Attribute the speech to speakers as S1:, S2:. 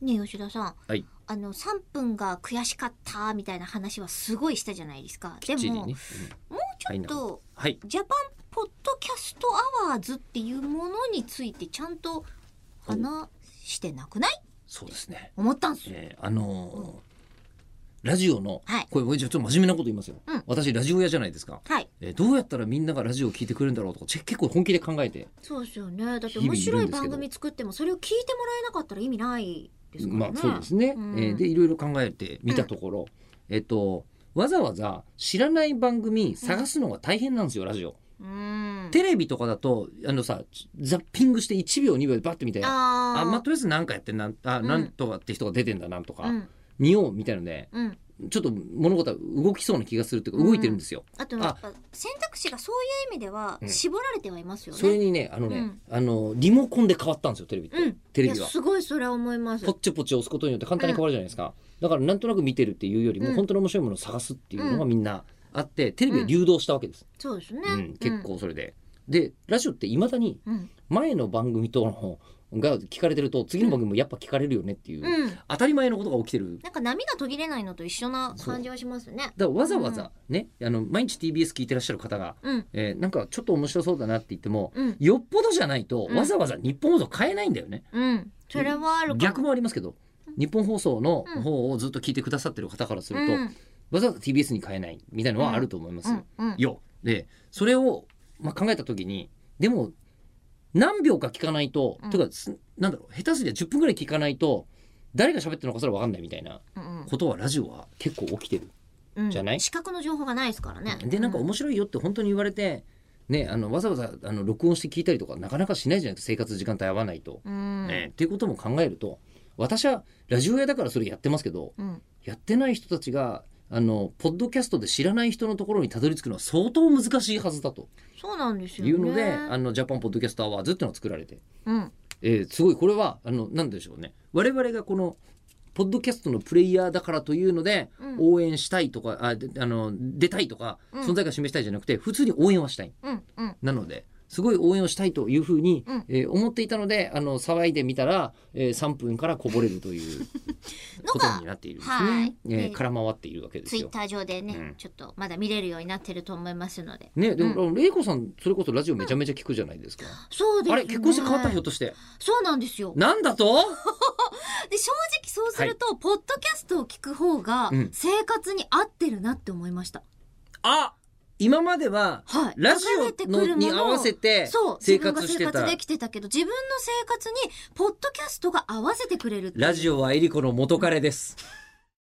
S1: ねえ吉田さん
S2: はい
S1: あの3分が悔しかったみたいな話はすごいしたじゃないですかで
S2: きっちり
S1: も、
S2: ね、うん
S1: もうちょっと
S2: はい
S1: ジャパンポッドキャストアワーズっていうものについてちゃんと話してなくない
S2: そうですね
S1: 思ったんすよ
S2: えーあのーラジオの、
S1: はい
S2: これもうちょっと真面目なこと言いますよ、
S1: うん
S2: 私ラジオ屋じゃないですか、
S1: はい
S2: えーどうやったらみんながラジオを聞いてくれるんだろうとかち結構本気で考えて
S1: そうですよねだって
S2: 日々いるん
S1: 面
S2: ですけど
S1: 白い番組作ってもそれを聞いてもらえなかったら意味ないですから
S2: ま
S1: ね、
S2: あそうですね、
S1: うん
S2: えーでいろいろ考えてみたところ、えっとわざわざ知らない番組探すのが大変なんですよ、ラジオ
S1: うん
S2: テレビとかだとあのさザッピングして1秒2秒でバッて見てあ
S1: あー
S2: まあとりあえず何かやってんなあ、
S1: ん
S2: なんとかって人が出てんだなんとか、
S1: うん
S2: 見ようみたいので
S1: うん
S2: ちょっと物事は動きそうな気がするっていうか動いてるんですよ、
S1: あとやっぱ選択肢がそういう意味では
S2: うん
S1: 絞られてはいますよね。
S2: それにねあのね、
S1: うん
S2: あのリモコンで変わったんですよテレビって、
S1: うん、
S2: テレビ
S1: いや
S2: は
S1: すごいそれは思います
S2: ポッ。チポチ押すことによって簡単に変わるじゃないですか、だからなんとなく見てるっていうよりも、
S1: うん
S2: 本当に面白いものを探すっていうのが
S1: うん
S2: みんなあってテレビは流動したわけです、
S1: そうですね。
S2: うん結。構それで。でラジオっていまだに
S1: うん。
S2: 前の番組とのが聞かれてると次の番組もやっぱ聞かれるよねっていう、
S1: うん。
S2: 当たり前のことが起きてる。
S1: なんか波が途切れないのと一緒な感じはしますね。
S2: だからわざわざね、あの毎日 TBS 聞いてらっしゃる方が、
S1: うん。
S2: えーなんかちょっと面白そうだなって言っても、
S1: うん。
S2: よっぽどじゃないと
S1: うん
S2: わざわざ日本放送変えないんだよね。
S1: うん。それはあるかも。
S2: 逆もありますけど日本放送の
S1: うん
S2: 方をずっと聞いてくださってる方からすると、
S1: うん。
S2: わざわざ TBS に変えないみたいなのはあると思います
S1: う
S2: よ
S1: ん。。うん。
S2: よでそれを、まあ、考えた時にでも何秒か聞かないと、
S1: うん
S2: てかすなんだろう下手すりゃ10分ぐらい聞かないと誰が喋ってるのかそれは分かんないみたいな
S1: うん
S2: ことはラジオは結構起きてる。
S1: うん。
S2: じゃない
S1: 視覚の情報がないですからね。
S2: でなんか
S1: う
S2: 面白いよって本当に言われて、ね、あのわざわざあの録音して聞いたりとかなかなかしないじゃないですか生活時間帯合わないと。
S1: うん。
S2: ねっていうことも考えると私はラジオ屋だからそれやってますけど
S1: うん。
S2: やってない人たちがあのポッドキャストで知らない人のところにたどり着くのは相当難しいはずだと
S1: そうなんですよ
S2: い
S1: ね。
S2: うので、あのジャパンポッドキャストアワーズっていうのが作られて、
S1: うん。
S2: えーすごいこれはあのなんでしょうね我々がこのポッドキャストのプレイヤーだからというので、
S1: うん
S2: 応援したいとかあであの出たいとか、
S1: うん
S2: 存在感示したいじゃなくて普通に応援はしたい
S1: うん。うん。
S2: なのですごい応援をしたいというふうに、
S1: うん
S2: えー思っていたのであの騒いでみたら、えー3分からこぼれるという
S1: の
S2: こ
S1: が
S2: とになっているんです
S1: はい
S2: ね、えー
S1: で
S2: 空回っているわけです
S1: ツイッ
S2: よ。
S1: ター上でね、
S2: うん
S1: ちょっとまだ見れるようになってると思いますので。
S2: ね、でも、
S1: う
S2: あの玲子さんそれこそラジオめちゃめちゃ聞くじゃないですか。
S1: そうです
S2: あ
S1: よね
S2: れ結婚して変わったひょっとして。
S1: そうなんですよ。
S2: なんだと？
S1: で正直そうすると、ポッドキャストを聞く方が
S2: うん
S1: 生活に合ってるなって思いました。
S2: あ、今までは
S1: はい。
S2: ラジ
S1: 流れて
S2: オ
S1: くるも
S2: のに合わせて
S1: そう
S2: 生
S1: 自分が
S2: 活
S1: 生
S2: して
S1: 活
S2: た
S1: で。きてたけど自分の生活にポッドキャストが合わせてくれるっていう
S2: ラジオはエリコの元彼です。